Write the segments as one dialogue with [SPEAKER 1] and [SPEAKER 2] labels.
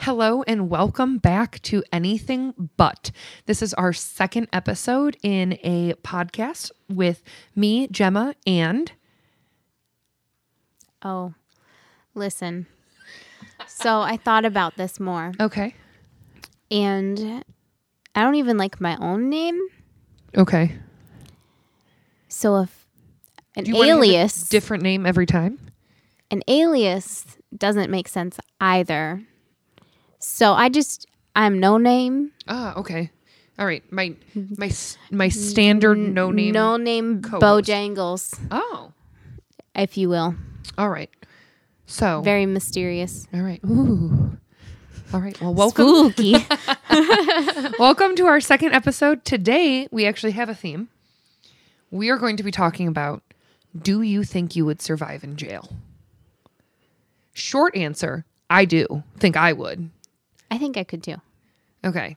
[SPEAKER 1] Hello and welcome back to Anything But. This is our second episode in a podcast with me, Gemma, and
[SPEAKER 2] Oh, listen. So I thought about this more,
[SPEAKER 1] okay,
[SPEAKER 2] and I don't even like my own name.
[SPEAKER 1] okay,
[SPEAKER 2] So if an
[SPEAKER 1] Do wanna have a
[SPEAKER 2] alias,
[SPEAKER 1] different name every time.
[SPEAKER 2] an alias doesn't make sense either. So I just I'm no name,
[SPEAKER 1] Ah, okay, all right. My my s- my
[SPEAKER 2] Mm-hmm.
[SPEAKER 1] standard no name.
[SPEAKER 2] no name
[SPEAKER 1] co-host.
[SPEAKER 2] Bojangles,
[SPEAKER 1] Oh,
[SPEAKER 2] if you will.
[SPEAKER 1] all right. So
[SPEAKER 2] Very mysterious,
[SPEAKER 1] all right. Ooh. All right. Well, welcome
[SPEAKER 2] spooky.
[SPEAKER 1] welcome to our second episode. Today we actually have a theme. We are going to be talking about do you think you would survive in jail? Short answer, I do think I would.
[SPEAKER 2] I think I could too.
[SPEAKER 1] Okay.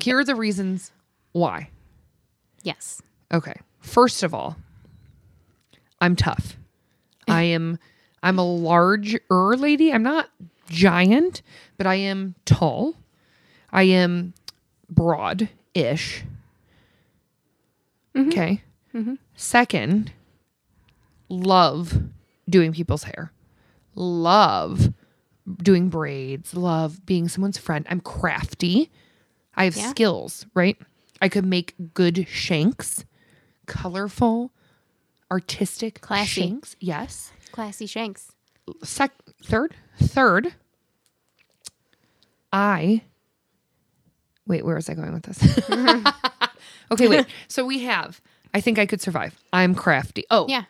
[SPEAKER 1] Here are the reasons why.
[SPEAKER 2] Yes.
[SPEAKER 1] Okay. First of all, I'm tough. I am I'm a larger lady. I'm not giant, but I am tall. I am broad-ish.
[SPEAKER 2] Mm-hmm.
[SPEAKER 1] Okay. Second, love doing people's hair. Love doing braids, love being someone's friend. I'm crafty. I have
[SPEAKER 2] Yeah.
[SPEAKER 1] skills, right? I could make good shanks, colorful, artistic
[SPEAKER 2] Classy.
[SPEAKER 1] shanks. Yes.
[SPEAKER 2] Classy Shanks.
[SPEAKER 1] Sec- third, third, I. Wait, where was I going with this? okay, wait. So we have. I think I could survive. I'm crafty. Oh,
[SPEAKER 2] Yeah.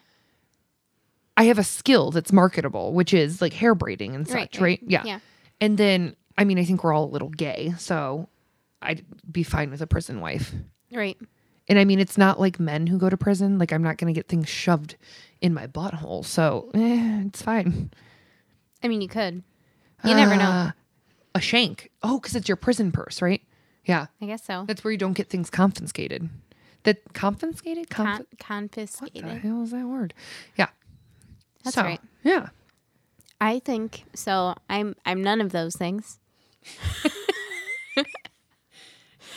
[SPEAKER 1] I have a skill that's marketable, which is like hair braiding and such,
[SPEAKER 2] Right,
[SPEAKER 1] right?
[SPEAKER 2] right.
[SPEAKER 1] Yeah.
[SPEAKER 2] Yeah.
[SPEAKER 1] And then, I mean, I think we're all a little gay, so I'd be fine with a prison wife.
[SPEAKER 2] Right.
[SPEAKER 1] And I mean, it's not like men who go to prison. Like, I'm not going to get things shoved in my butthole, so eh, it's fine.
[SPEAKER 2] I mean, you could. You never know.
[SPEAKER 1] Uh, A shank. Oh, because it's your prison purse, right? Yeah.
[SPEAKER 2] I guess so.
[SPEAKER 1] That's where you don't get things confiscated. That confiscated? Conf-
[SPEAKER 2] Con-
[SPEAKER 1] what the
[SPEAKER 2] confiscated.
[SPEAKER 1] hell is that word? Yeah.
[SPEAKER 2] That's
[SPEAKER 1] So,
[SPEAKER 2] right.
[SPEAKER 1] Yeah.
[SPEAKER 2] I think so. I'm I'm none of those things.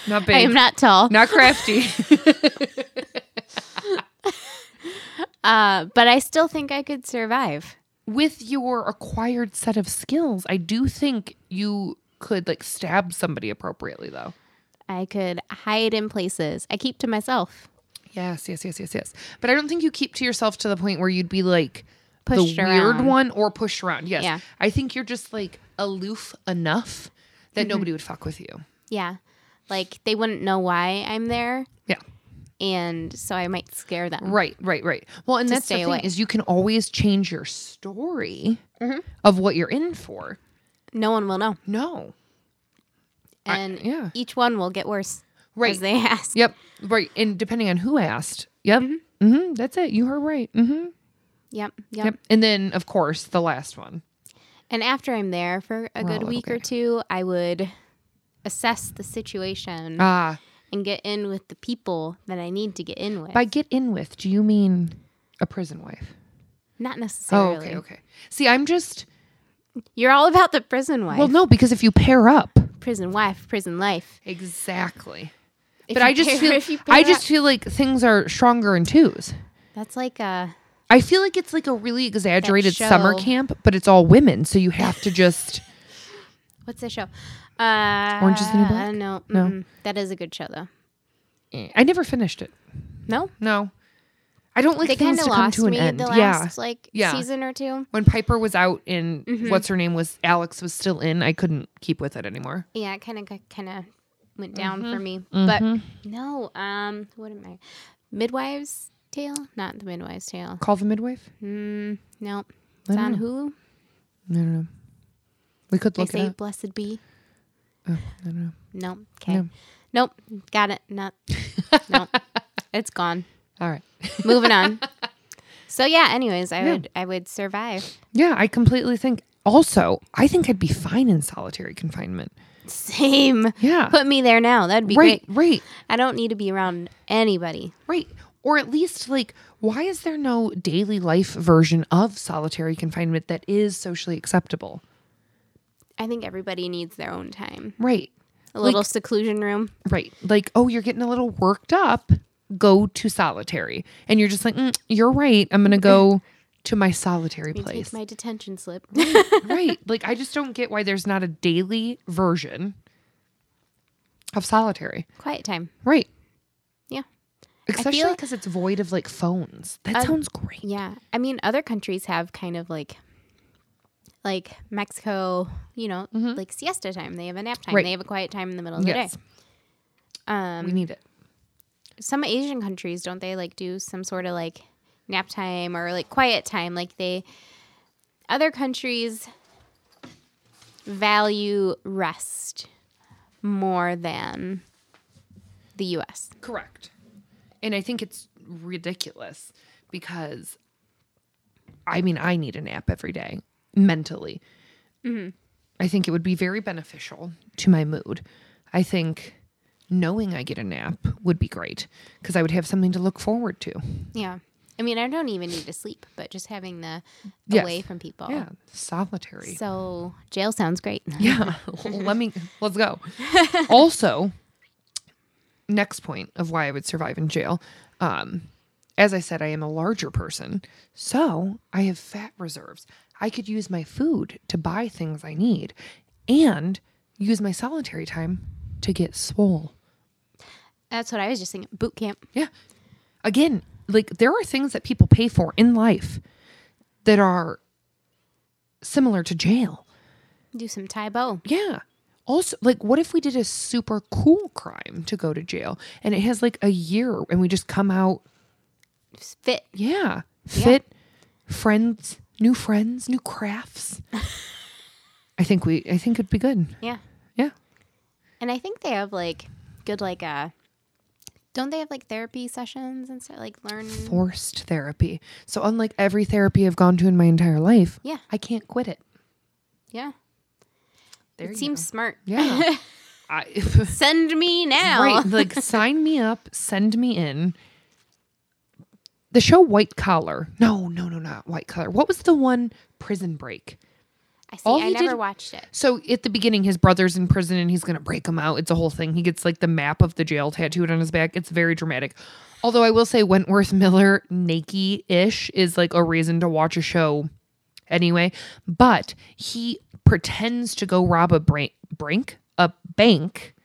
[SPEAKER 1] Not
[SPEAKER 2] I
[SPEAKER 1] big.
[SPEAKER 2] am not tall,
[SPEAKER 1] not crafty.
[SPEAKER 2] uh, but I still think I could survive.
[SPEAKER 1] with your acquired set of skills, I do think you could like stab somebody appropriately though.
[SPEAKER 2] I could hide in places. I keep to myself.
[SPEAKER 1] Yes, yes, yes, yes, yes. But I don't think you keep to yourself to the point where you'd be like
[SPEAKER 2] Pushed
[SPEAKER 1] the weird
[SPEAKER 2] around.
[SPEAKER 1] one or pushed around. Yes.
[SPEAKER 2] Yeah.
[SPEAKER 1] I think you're just like aloof enough that
[SPEAKER 2] Mm-hmm.
[SPEAKER 1] nobody would fuck with you.
[SPEAKER 2] Yeah, like they wouldn't know why I'm there,
[SPEAKER 1] Yeah.
[SPEAKER 2] and so I might scare them.
[SPEAKER 1] Mm-hmm. Right, right, right. Well, and that's the
[SPEAKER 2] stay
[SPEAKER 1] thing
[SPEAKER 2] away. Mm-hmm.
[SPEAKER 1] is you can always change your story of what you're in for.
[SPEAKER 2] No one will know,
[SPEAKER 1] No. I-
[SPEAKER 2] and
[SPEAKER 1] yeah.
[SPEAKER 2] each one will get worse
[SPEAKER 1] Right.
[SPEAKER 2] as they ask.
[SPEAKER 1] Yep. Right. And depending on who asked. Yep. Mm-hmm. That's it. You heard right. Mm-hmm.
[SPEAKER 2] Yep, yep,
[SPEAKER 1] Yep. And then, of course, the last one.
[SPEAKER 2] And after I'm there for
[SPEAKER 1] We're
[SPEAKER 2] a
[SPEAKER 1] all
[SPEAKER 2] good week or
[SPEAKER 1] okay.
[SPEAKER 2] two, I would assess the situation
[SPEAKER 1] Ah,
[SPEAKER 2] and get in with the people that I need to get in with.
[SPEAKER 1] by get in with, do you mean a prison wife?
[SPEAKER 2] Not necessarily.
[SPEAKER 1] Oh, okay, okay. See, I'm just
[SPEAKER 2] You're all about the prison wife.
[SPEAKER 1] well, no, because if you pair up,
[SPEAKER 2] prison wife, prison life.
[SPEAKER 1] exactly.
[SPEAKER 2] If
[SPEAKER 1] but
[SPEAKER 2] you
[SPEAKER 1] I just
[SPEAKER 2] pair- if
[SPEAKER 1] feel
[SPEAKER 2] you pair
[SPEAKER 1] I just
[SPEAKER 2] up-
[SPEAKER 1] feel like things are stronger in twos.
[SPEAKER 2] That's like a
[SPEAKER 1] I feel like it's like a really exaggerated summer
[SPEAKER 2] show.
[SPEAKER 1] camp, but it's all women, so you have to just
[SPEAKER 2] what's the show? Uh,
[SPEAKER 1] Orange is the New Black?
[SPEAKER 2] No,
[SPEAKER 1] No.
[SPEAKER 2] mm, that is a good show though.
[SPEAKER 1] eh, I never finished it.
[SPEAKER 2] No,
[SPEAKER 1] No. I don't like
[SPEAKER 2] they
[SPEAKER 1] things
[SPEAKER 2] kind
[SPEAKER 1] to
[SPEAKER 2] of
[SPEAKER 1] come
[SPEAKER 2] lost
[SPEAKER 1] to an
[SPEAKER 2] me
[SPEAKER 1] end.
[SPEAKER 2] the
[SPEAKER 1] yeah.
[SPEAKER 2] last Mm-hmm. like
[SPEAKER 1] Yeah.
[SPEAKER 2] season or two.
[SPEAKER 1] When Piper was out and what's her name was Alex was still in, I couldn't keep with it anymore.
[SPEAKER 2] Yeah, it kind of kind of went down for
[SPEAKER 1] Mm-hmm.
[SPEAKER 2] me. But no, um, what am I? Midwives Tale? Not the Midwives Tale.
[SPEAKER 1] Call the midwife?
[SPEAKER 2] Mm, no,
[SPEAKER 1] I
[SPEAKER 2] it's
[SPEAKER 1] don't
[SPEAKER 2] on Hulu.
[SPEAKER 1] I don't know. We could
[SPEAKER 2] They
[SPEAKER 1] look
[SPEAKER 2] say
[SPEAKER 1] at
[SPEAKER 2] "Blessed be."
[SPEAKER 1] Oh, I don't know.
[SPEAKER 2] No, okay,
[SPEAKER 1] No.
[SPEAKER 2] nope, got it. Not, no, it's gone.
[SPEAKER 1] All right.
[SPEAKER 2] moving on so yeah anyways i
[SPEAKER 1] Yeah.
[SPEAKER 2] would i would survive
[SPEAKER 1] Yeah, I completely think. Also, I think I'd be fine in solitary confinement.
[SPEAKER 2] same
[SPEAKER 1] Yeah.
[SPEAKER 2] put me there now that'd be
[SPEAKER 1] right,
[SPEAKER 2] great
[SPEAKER 1] right,
[SPEAKER 2] i don't need to be around anybody
[SPEAKER 1] right. Or at least, like, why is there no daily life version of solitary confinement that is socially acceptable?
[SPEAKER 2] I think everybody needs their own time.
[SPEAKER 1] Right.
[SPEAKER 2] A little seclusion room.
[SPEAKER 1] Right. Like, oh, you're getting a little worked up. Go to solitary. And you're just like, mm, you're right. I'm going to go to my solitary
[SPEAKER 2] Let me take
[SPEAKER 1] place.
[SPEAKER 2] my detention slip.
[SPEAKER 1] right. Like, I just don't get why there's not a daily version of solitary.
[SPEAKER 2] Quiet time.
[SPEAKER 1] Right.
[SPEAKER 2] Yeah.
[SPEAKER 1] Especially
[SPEAKER 2] feel-
[SPEAKER 1] because it's void of like phones. That sounds great.
[SPEAKER 2] Yeah. I mean, other countries have kind of like, like Mexico, you know, like siesta time. They have a nap time.
[SPEAKER 1] Mm-hmm. Right.
[SPEAKER 2] They have a quiet time in the middle of
[SPEAKER 1] Yes.
[SPEAKER 2] the day. Um,
[SPEAKER 1] We need it.
[SPEAKER 2] some Asian countries, don't they like do some sort of like nap time or like quiet time? Like they, other countries value rest more than the US.
[SPEAKER 1] Correct. And I think it's ridiculous because I mean, I need a nap every day mentally. Mm-hmm. I think it would be very beneficial to my mood. I think knowing I get a nap would be great because I would have something to look forward to.
[SPEAKER 2] Yeah. I mean, I don't even need to sleep, but just having the
[SPEAKER 1] Yes.
[SPEAKER 2] away from people.
[SPEAKER 1] Yeah, solitary.
[SPEAKER 2] So jail sounds great.
[SPEAKER 1] Yeah, let me let's go. also, next point of why I would survive in jail. Um, as I said, I am a larger person, so I have fat reserves. I could use my food to buy things I need, and use my solitary time to get swole.
[SPEAKER 2] That's what I was just thinking. Boot camp.
[SPEAKER 1] Yeah. Again, like there are things that people pay for in life that are similar to jail.
[SPEAKER 2] Do some Tai Bo.
[SPEAKER 1] Yeah. Also, like, what if we did a super cool crime to go to jail and it has like a year and we just come out,
[SPEAKER 2] Fit.
[SPEAKER 1] yeah, fit, friends, new friends, new crafts? I think we, I think it'd be good.
[SPEAKER 2] Yeah.
[SPEAKER 1] Yeah.
[SPEAKER 2] And I think they have like good like uh don't they have like therapy sessions and stuff like learn
[SPEAKER 1] Forced therapy. So, unlike every therapy I've gone to in my entire life,
[SPEAKER 2] Yeah.
[SPEAKER 1] I can't quit it.
[SPEAKER 2] Yeah.
[SPEAKER 1] There you
[SPEAKER 2] it seems smart.
[SPEAKER 1] go. Yeah. I,
[SPEAKER 2] Send me now.
[SPEAKER 1] Right. Like sign me up, send me in. The show White Collar. No, no, no, not White Collar. What was the one Prison Break?
[SPEAKER 2] I see
[SPEAKER 1] All
[SPEAKER 2] I
[SPEAKER 1] he
[SPEAKER 2] never
[SPEAKER 1] did-
[SPEAKER 2] watched it.
[SPEAKER 1] So at the beginning, his brother's in prison and he's gonna break him out. It's a whole thing. He gets like the map of the jail tattooed on his back. It's very dramatic. Although I will say Wentworth Miller Nakey ish is like a reason to watch a show anyway. But he pretends to go rob a brink, brink a bank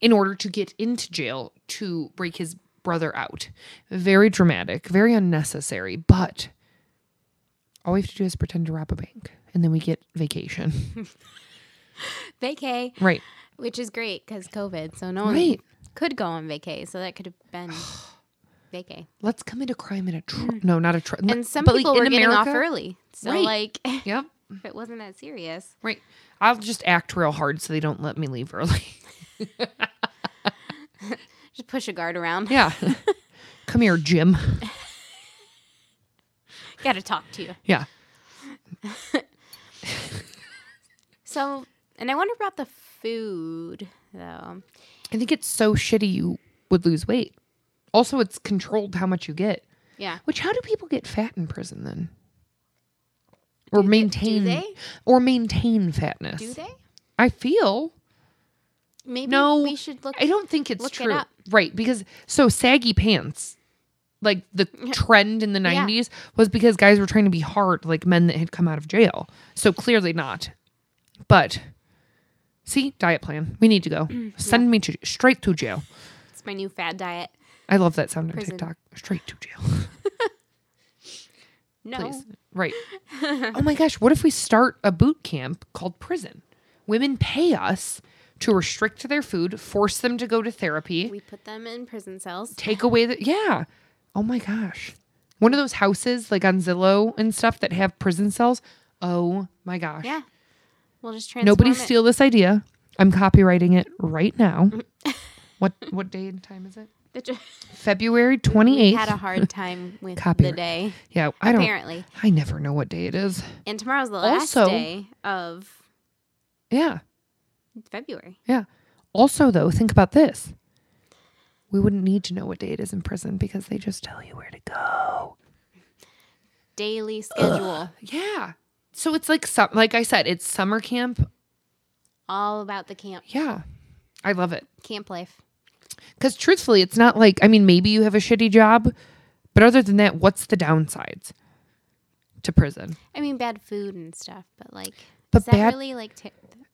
[SPEAKER 1] in order to get into jail to break his brother out. Very dramatic, very unnecessary, but all we have to do is pretend to rob a bank and then we get vacation.
[SPEAKER 2] Vacay,
[SPEAKER 1] Right.
[SPEAKER 2] which is great cuz COVID, so no one
[SPEAKER 1] Right.
[SPEAKER 2] could go on vacay, so that could have been vacay.
[SPEAKER 1] Let's commit a crime in a truck. No, not a truck.
[SPEAKER 2] Mm. And some people were getting off early. So
[SPEAKER 1] Right.
[SPEAKER 2] like if
[SPEAKER 1] Yep.
[SPEAKER 2] it wasn't that serious.
[SPEAKER 1] Right. I'll just act real hard so they don't let me leave early.
[SPEAKER 2] Just push a guard around.
[SPEAKER 1] Yeah. Come here, Jim.
[SPEAKER 2] Got to talk to you.
[SPEAKER 1] Yeah.
[SPEAKER 2] So, and I wonder about the food though.
[SPEAKER 1] I think it's so shitty you would lose weight. Also, it's controlled how much you get.
[SPEAKER 2] Yeah.
[SPEAKER 1] Which how do people get fat in prison then? Or maintain
[SPEAKER 2] they?
[SPEAKER 1] or maintain fatness.
[SPEAKER 2] Do they?
[SPEAKER 1] I feel
[SPEAKER 2] Maybe
[SPEAKER 1] No,
[SPEAKER 2] we should look.
[SPEAKER 1] I don't think it's
[SPEAKER 2] Look it
[SPEAKER 1] true.
[SPEAKER 2] up.
[SPEAKER 1] Right, because so saggy pants, like the trend in the
[SPEAKER 2] Yeah.
[SPEAKER 1] 90s was because guys were trying to be hard like men that had come out of jail. So clearly not. But see, diet plan. We need to go. Send me to straight to jail.
[SPEAKER 2] It's my new fad diet.
[SPEAKER 1] I love that sound on
[SPEAKER 2] Prison.
[SPEAKER 1] TikTok. Straight to jail.
[SPEAKER 2] No,
[SPEAKER 1] Please. Right. oh my gosh, what if we start a boot camp called prison? Women pay us to restrict their food, force them to go to therapy.
[SPEAKER 2] we put them in prison cells.
[SPEAKER 1] take away the yeah. Oh my gosh. One of those houses like on Zillow and stuff that have prison cells. Oh my gosh.
[SPEAKER 2] Yeah, we'll just transform
[SPEAKER 1] Nobody
[SPEAKER 2] it.
[SPEAKER 1] steal this idea. I'm copywriting it right now. what what day and time is it?
[SPEAKER 2] The ju-
[SPEAKER 1] February
[SPEAKER 2] We had a
[SPEAKER 1] 28th.
[SPEAKER 2] hard time with the
[SPEAKER 1] Copyright.
[SPEAKER 2] day.
[SPEAKER 1] Yeah, I don't
[SPEAKER 2] Apparently,
[SPEAKER 1] I never know what day it is.
[SPEAKER 2] and tomorrow's the last
[SPEAKER 1] Also-
[SPEAKER 2] day of
[SPEAKER 1] Yeah.
[SPEAKER 2] February.
[SPEAKER 1] Yeah. Also though, think about this. We wouldn't need to know what day it is in prison because they just tell you where to go.
[SPEAKER 2] Daily schedule.
[SPEAKER 1] Yeah. So it's like some like I said, it's summer camp
[SPEAKER 2] all about the camp
[SPEAKER 1] Yeah. I love it.
[SPEAKER 2] camp life.
[SPEAKER 1] Because truthfully, it's not like, I mean, maybe you have a shitty job, but other than that, what's the downsides to prison?
[SPEAKER 2] I mean, bad food and stuff, but like,
[SPEAKER 1] But
[SPEAKER 2] is that
[SPEAKER 1] bad-
[SPEAKER 2] really like? T-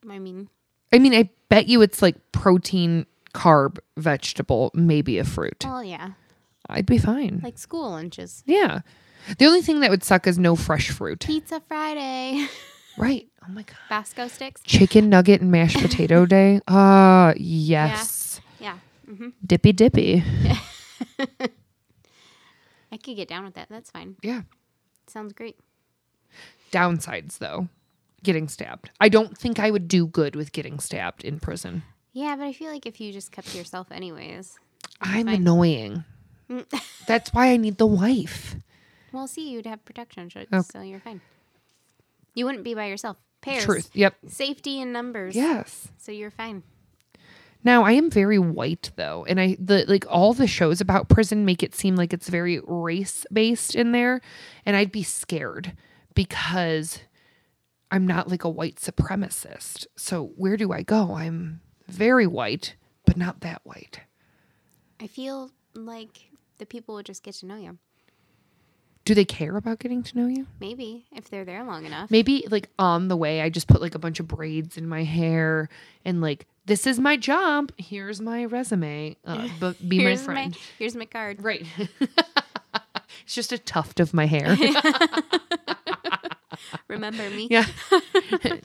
[SPEAKER 2] I mean,
[SPEAKER 1] I mean, I bet you it's like protein, carb, vegetable, maybe a fruit.
[SPEAKER 2] well, yeah,
[SPEAKER 1] I'd be fine.
[SPEAKER 2] like school lunches,
[SPEAKER 1] yeah. The only thing that would suck is no fresh fruit.
[SPEAKER 2] pizza Friday,
[SPEAKER 1] Right. Oh my God.
[SPEAKER 2] Basco sticks.
[SPEAKER 1] Chicken nugget and mashed potato day. Ah, yes.
[SPEAKER 2] Yeah, hmm
[SPEAKER 1] Dippy dippy.
[SPEAKER 2] I could get down with that. That's fine.
[SPEAKER 1] Yeah.
[SPEAKER 2] Sounds great.
[SPEAKER 1] Downsides though. Getting stabbed. I don't think I would do good with getting stabbed in prison.
[SPEAKER 2] Yeah, but I feel like if you just kept to yourself, anyways.
[SPEAKER 1] I'm
[SPEAKER 2] Fine.
[SPEAKER 1] annoying. That's why I need the wife.
[SPEAKER 2] Well, see, you'd have protection, so-
[SPEAKER 1] Oh.
[SPEAKER 2] so you're fine. You wouldn't be by yourself. Pairs,
[SPEAKER 1] Truth. Yep.
[SPEAKER 2] safety in numbers.
[SPEAKER 1] Yes.
[SPEAKER 2] so you're fine.
[SPEAKER 1] Now I am very white though, and I the like all the shows about prison make it seem like it's very race based in there, and I'd be scared because I'm not like a white supremacist. So where do I go? I'm very white, but not that white.
[SPEAKER 2] I feel like the people would just get to know you.
[SPEAKER 1] Do they care about getting to know you?
[SPEAKER 2] Maybe if they're there long enough.
[SPEAKER 1] Maybe like on the way I just put like a bunch of braids in my hair and like this is my job. Here's my resume. Uh, but be my
[SPEAKER 2] here's
[SPEAKER 1] friend.
[SPEAKER 2] here's my card.
[SPEAKER 1] Right. it's just a tuft of my hair.
[SPEAKER 2] Remember me.
[SPEAKER 1] yeah.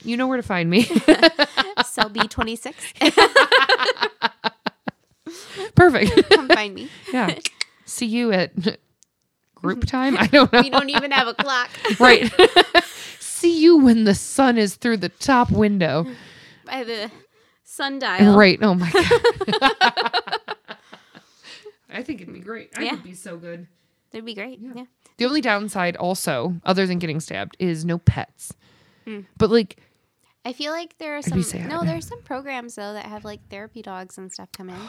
[SPEAKER 1] you know where to find me.
[SPEAKER 2] Cell B26.
[SPEAKER 1] Perfect.
[SPEAKER 2] Come find me.
[SPEAKER 1] Yeah. See you at group time. I don't know.
[SPEAKER 2] We don't even have a clock.
[SPEAKER 1] right. See you when the sun is through the top window.
[SPEAKER 2] By the sundial.
[SPEAKER 1] Right. Oh my god. I think it'd be great. I
[SPEAKER 2] Yeah.
[SPEAKER 1] would be so good.
[SPEAKER 2] That'd be great. Yeah.
[SPEAKER 1] The only downside also, other than getting stabbed, is no pets. But like
[SPEAKER 2] I feel like there are
[SPEAKER 1] be
[SPEAKER 2] some
[SPEAKER 1] sad.
[SPEAKER 2] No, there are some programs though that have like therapy dogs and stuff come in.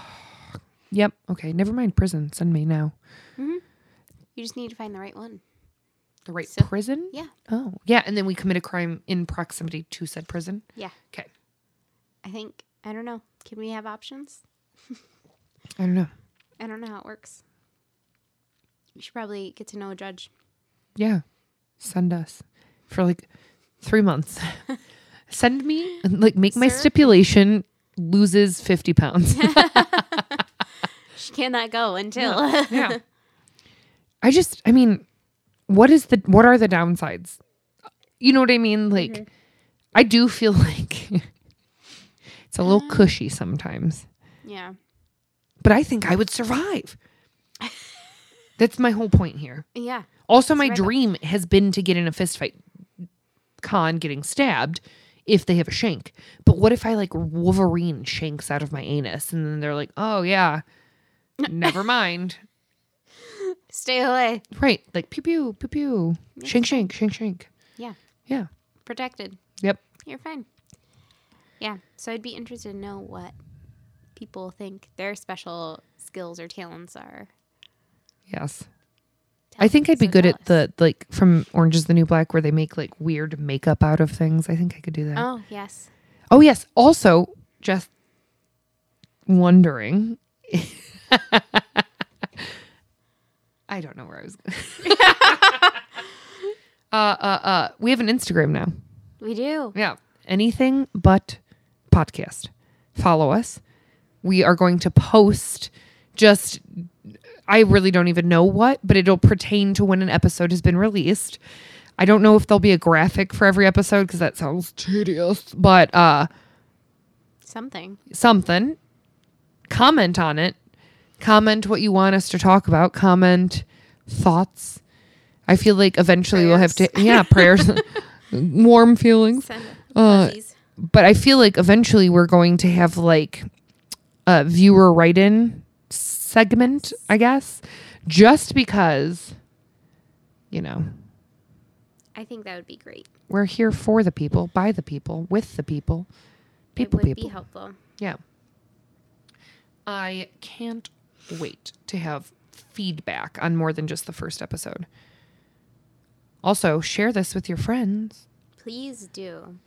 [SPEAKER 1] Yep. Okay. Never mind prison. Send me now.
[SPEAKER 2] You just need to find the right one.
[SPEAKER 1] The right
[SPEAKER 2] So-
[SPEAKER 1] prison?
[SPEAKER 2] Yeah.
[SPEAKER 1] Oh, yeah. And then we commit a crime in proximity to said prison.
[SPEAKER 2] Yeah.
[SPEAKER 1] Okay.
[SPEAKER 2] I think I don't know. Can we have options?
[SPEAKER 1] I don't know.
[SPEAKER 2] I don't know how it works. You should probably get to know a judge.
[SPEAKER 1] Yeah. Send us for like three months. Send me, like, make my
[SPEAKER 2] Sir?
[SPEAKER 1] stipulation loses 50 pounds.
[SPEAKER 2] She cannot go until
[SPEAKER 1] yeah. I just, I mean, what is the, what are the downsides? You know what I mean? Like, I do feel like it's a little cushy sometimes.
[SPEAKER 2] Yeah.
[SPEAKER 1] but I think I would survive. That's my whole point here.
[SPEAKER 2] Yeah.
[SPEAKER 1] Also, my
[SPEAKER 2] Survival.
[SPEAKER 1] dream has been to get in a fist fight. Con getting stabbed if they have a shank. But what if I like Wolverine shanks out of my anus and then they're like, oh yeah, never mind.
[SPEAKER 2] Stay away.
[SPEAKER 1] Right. Like pew pew, pew pew. Shank, shank, shank, shank.
[SPEAKER 2] Yeah.
[SPEAKER 1] Yeah.
[SPEAKER 2] Protected.
[SPEAKER 1] Yep.
[SPEAKER 2] You're fine. Yeah. So I'd be interested to know what people think their special skills or talents are.
[SPEAKER 1] Yes. I think I'd be
[SPEAKER 2] So
[SPEAKER 1] good at
[SPEAKER 2] jealous.
[SPEAKER 1] the like from Orange is the New Black where they make like weird makeup out of things. I think I could do that.
[SPEAKER 2] Oh, yes.
[SPEAKER 1] Oh yes. Also, just wondering. I don't know where I was. Going. uh, uh, uh. We have an Instagram now.
[SPEAKER 2] We do.
[SPEAKER 1] Yeah. Anything but podcast. Follow us. We are going to post just I really don't even know what, but it'll pertain to when an episode has been released. I don't know if there'll be a graphic for every episode because that sounds tedious, but uh
[SPEAKER 2] Something.
[SPEAKER 1] something. Comment on it. Comment what you want us to talk about. Comment thoughts. I feel like eventually we'll have to yeah, prayers warm feelings
[SPEAKER 2] Send
[SPEAKER 1] Uh,
[SPEAKER 2] fuzzies.
[SPEAKER 1] but I feel like eventually we're going to have like a viewer write in segment, I guess, just because, you know,
[SPEAKER 2] I think that would be great.
[SPEAKER 1] we're here for the people, by the people, with the people, people,
[SPEAKER 2] it would
[SPEAKER 1] people.
[SPEAKER 2] be helpful.
[SPEAKER 1] Yeah. I can't wait to have feedback on more than just the first episode. Also, share this with your friends.
[SPEAKER 2] Please do.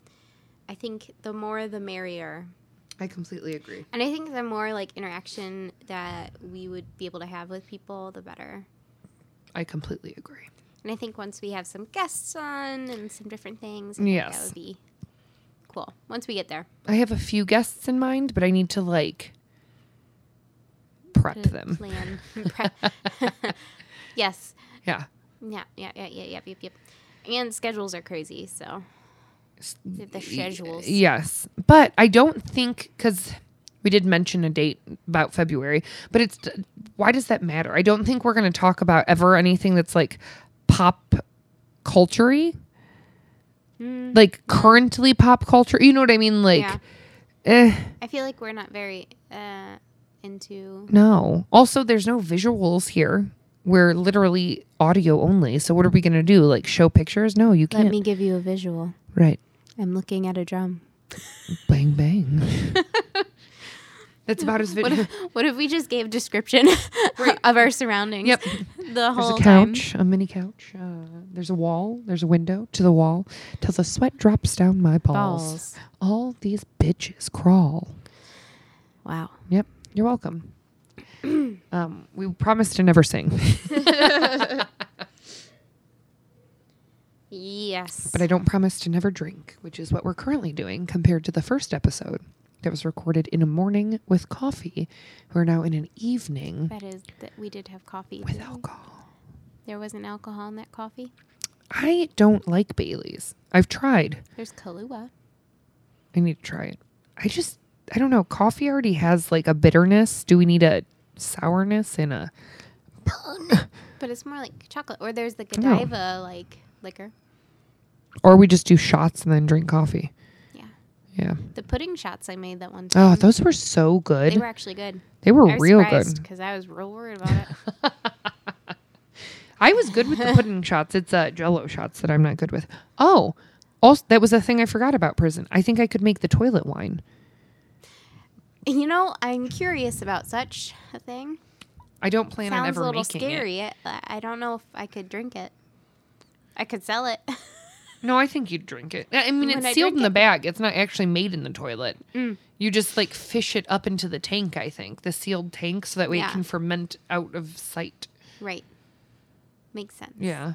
[SPEAKER 2] I think the more the merrier.
[SPEAKER 1] I completely agree.
[SPEAKER 2] And I think the more like interaction that we would be able to have with people, the better.
[SPEAKER 1] I completely agree.
[SPEAKER 2] And I think once we have some guests on and some different things, I think
[SPEAKER 1] Yes.
[SPEAKER 2] that would be cool. Once we get there,
[SPEAKER 1] I have a few guests in mind, but I need to like prep
[SPEAKER 2] to
[SPEAKER 1] them.
[SPEAKER 2] plan. prep. yes.
[SPEAKER 1] Yeah.
[SPEAKER 2] Yeah. Yeah. Yeah. Yeah. Yep. Yep. Yep. And schedules are crazy, so the, the schedules.
[SPEAKER 1] Yes. But I don't think cuz we did mention a date about February, but it's why does that matter? I don't think we're going to talk about ever anything that's like pop culture
[SPEAKER 2] Mm,
[SPEAKER 1] like currently pop culture. You know what I mean? Like
[SPEAKER 2] Yeah.
[SPEAKER 1] eh,
[SPEAKER 2] I feel like we're not very uh, into
[SPEAKER 1] no. Also there's no visuals here. We're literally audio only. So what are we going to do? Like show pictures? No, you
[SPEAKER 2] Let
[SPEAKER 1] can't.
[SPEAKER 2] me give you a visual.
[SPEAKER 1] right.
[SPEAKER 2] I'm looking at a drum.
[SPEAKER 1] Bang bang. That's about as
[SPEAKER 2] What
[SPEAKER 1] video.
[SPEAKER 2] if, what if we just gave description of our surroundings?
[SPEAKER 1] Yep.
[SPEAKER 2] The
[SPEAKER 1] There's a
[SPEAKER 2] whole time.
[SPEAKER 1] couch, a mini couch. Uh, there's a wall. There's a window to the wall. Till the sweat drops down my balls.
[SPEAKER 2] Balls.
[SPEAKER 1] All these bitches crawl.
[SPEAKER 2] Wow.
[SPEAKER 1] Yep. You're welcome. um, we promised to never sing,
[SPEAKER 2] Yes.
[SPEAKER 1] but I don't promise to never drink, which is what we're currently doing compared to the first episode that was recorded in a morning with coffee. We're now in an evening
[SPEAKER 2] that is that we did have coffee.
[SPEAKER 1] with
[SPEAKER 2] didn't we?
[SPEAKER 1] alcohol.
[SPEAKER 2] There wasn't alcohol in that coffee.
[SPEAKER 1] I don't like Bailey's. I've tried.
[SPEAKER 2] There's Kahlua.
[SPEAKER 1] I need to try it. I just I don't know. Coffee already has like a bitterness. Do we need a sourness and a burn?
[SPEAKER 2] But it's more like chocolate. Or there's the
[SPEAKER 1] Oh.
[SPEAKER 2] Godiva like liquor.
[SPEAKER 1] Or we just do shots and then drink coffee.
[SPEAKER 2] Yeah.
[SPEAKER 1] Yeah.
[SPEAKER 2] The pudding shots I made that one time.
[SPEAKER 1] Oh, those were so good.
[SPEAKER 2] they were actually good. I was
[SPEAKER 1] real
[SPEAKER 2] surprised
[SPEAKER 1] good.
[SPEAKER 2] because I was real worried about it.
[SPEAKER 1] I was good with the pudding shots. It's uh jello shots that I'm not good with. Oh. Also that was a thing I forgot about prison. I think I could make the toilet wine.
[SPEAKER 2] you know, I'm curious about such a thing.
[SPEAKER 1] I don't plan on
[SPEAKER 2] Sounds
[SPEAKER 1] ever
[SPEAKER 2] a little
[SPEAKER 1] making it.
[SPEAKER 2] scary. I, I don't know if I could drink it. I could sell it.
[SPEAKER 1] No, I think you'd drink it. I mean,
[SPEAKER 2] Would
[SPEAKER 1] it's
[SPEAKER 2] I
[SPEAKER 1] sealed
[SPEAKER 2] drink
[SPEAKER 1] in the
[SPEAKER 2] it?
[SPEAKER 1] bag. It's not actually made in the toilet. You just like fish it up into the tank, I think, the sealed tank, so that way
[SPEAKER 2] Yeah.
[SPEAKER 1] it can ferment out of sight.
[SPEAKER 2] right. Makes sense.
[SPEAKER 1] Yeah.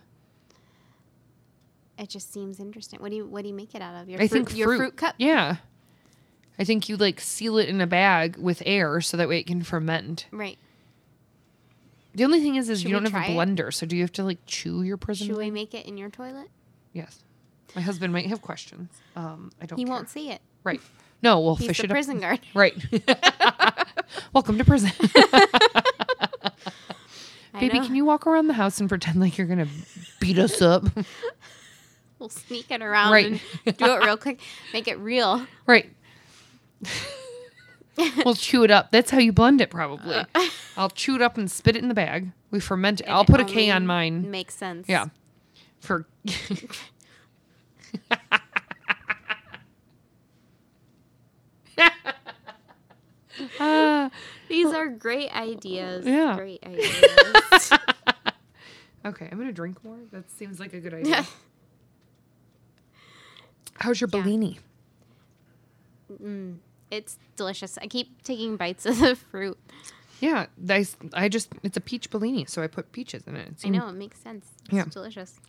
[SPEAKER 2] It just seems interesting. What do you what do you make it out of? Your
[SPEAKER 1] I
[SPEAKER 2] fruit,
[SPEAKER 1] think
[SPEAKER 2] your fruit cup.
[SPEAKER 1] Yeah. I think you like seal it in a bag with air so that way it can ferment.
[SPEAKER 2] Right.
[SPEAKER 1] The only thing is, is
[SPEAKER 2] Should
[SPEAKER 1] you
[SPEAKER 2] we
[SPEAKER 1] don't have a
[SPEAKER 2] try it?
[SPEAKER 1] blender, so do you have to like chew your prison?
[SPEAKER 2] Should we
[SPEAKER 1] wine?
[SPEAKER 2] make it in your toilet?
[SPEAKER 1] Yes. My husband might have questions. Um, I don't.
[SPEAKER 2] He
[SPEAKER 1] care.
[SPEAKER 2] won't see it.
[SPEAKER 1] Right. No, we'll
[SPEAKER 2] He's
[SPEAKER 1] fish
[SPEAKER 2] the
[SPEAKER 1] it up.
[SPEAKER 2] prison guard.
[SPEAKER 1] Right. Welcome to prison.
[SPEAKER 2] I
[SPEAKER 1] Baby,
[SPEAKER 2] know.
[SPEAKER 1] can you walk around the house and pretend like you're gonna beat us up?
[SPEAKER 2] We'll sneak it around
[SPEAKER 1] Right.
[SPEAKER 2] and do it real quick. Make it real.
[SPEAKER 1] right. we'll chew it up. That's how you blend it, probably.
[SPEAKER 2] Uh.
[SPEAKER 1] I'll chew it up and spit it in the bag. We ferment it. I'll
[SPEAKER 2] It
[SPEAKER 1] put a K
[SPEAKER 2] only
[SPEAKER 1] on mine.
[SPEAKER 2] Makes sense.
[SPEAKER 1] Yeah. For Ah,
[SPEAKER 2] These are great ideas.
[SPEAKER 1] Yeah.
[SPEAKER 2] Great ideas.
[SPEAKER 1] okay, I'm gonna drink more. That seems like a good idea. How's your
[SPEAKER 2] Yeah.
[SPEAKER 1] Bellini?
[SPEAKER 2] mm, it's delicious. I keep taking bites of the fruit.
[SPEAKER 1] Yeah, I, s- I just it's a peach Bellini, so I put peaches in it. It's
[SPEAKER 2] I know it makes sense. It's
[SPEAKER 1] Mm. Yeah.
[SPEAKER 2] delicious.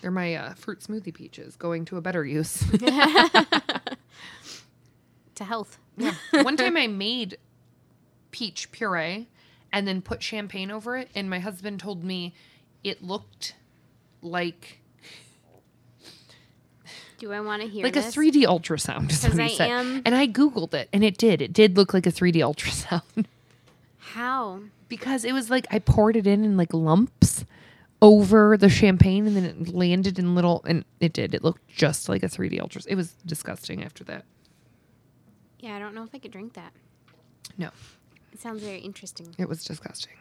[SPEAKER 1] They're my uh, fruit smoothie peaches going to a better use.
[SPEAKER 2] to health.
[SPEAKER 1] Yeah. One time I made peach puree and then put champagne over it, and my husband told me it looked like
[SPEAKER 2] Do I want to hear
[SPEAKER 1] like
[SPEAKER 2] this?
[SPEAKER 1] a 3D ultrasound. is
[SPEAKER 2] 'Cause
[SPEAKER 1] what he
[SPEAKER 2] I
[SPEAKER 1] said.
[SPEAKER 2] am-
[SPEAKER 1] And I googled it, and it did. It did look like a 3D ultrasound
[SPEAKER 2] How?
[SPEAKER 1] because it was like I poured it in in like lumps over the champagne, and then it landed in little. And it did. It looked just like a 3D ultrasound. It was disgusting after that.
[SPEAKER 2] Yeah, I don't know if I could drink that.
[SPEAKER 1] No,
[SPEAKER 2] It sounds very interesting.
[SPEAKER 1] it was disgusting.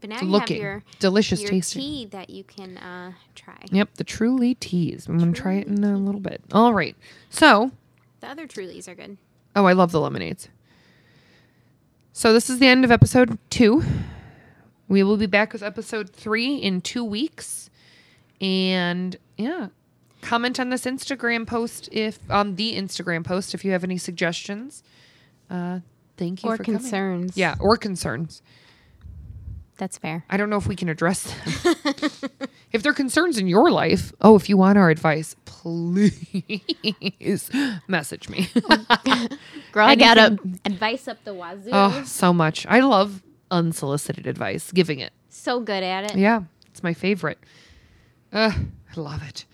[SPEAKER 2] But now you have
[SPEAKER 1] Looking
[SPEAKER 2] your
[SPEAKER 1] delicious,
[SPEAKER 2] your
[SPEAKER 1] tasting.
[SPEAKER 2] tea that you can uh, try.
[SPEAKER 1] Yep, the Truly Teas. I'm going to try it in a little bit. All right. So,
[SPEAKER 2] The other Trulies are good.
[SPEAKER 1] oh, I love the lemonades. So, this is the end of episode two. We will be back with episode three in two weeks. And yeah, Comment on this Instagram post if on the Instagram post if you have any suggestions. Uh, thank you
[SPEAKER 2] or
[SPEAKER 1] for coming.
[SPEAKER 2] concerns.
[SPEAKER 1] Yeah, or concerns.
[SPEAKER 2] That's fair.
[SPEAKER 1] I don't know if we can address them. if they're concerns in your life, oh, if you want our advice, please message me.
[SPEAKER 2] Oh, Girl, I got up
[SPEAKER 1] Anything-
[SPEAKER 2] advice up the wazoo.
[SPEAKER 1] oh, so much. I love unsolicited advice, giving it.
[SPEAKER 2] So good at it.
[SPEAKER 1] Yeah, it's my favorite. Ugh, I love it.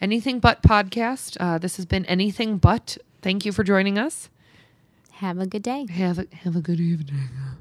[SPEAKER 1] Anything But podcast. Uh, this has been Anything But. Thank you for joining us.
[SPEAKER 2] Have a good day.
[SPEAKER 1] Have a, have a good evening.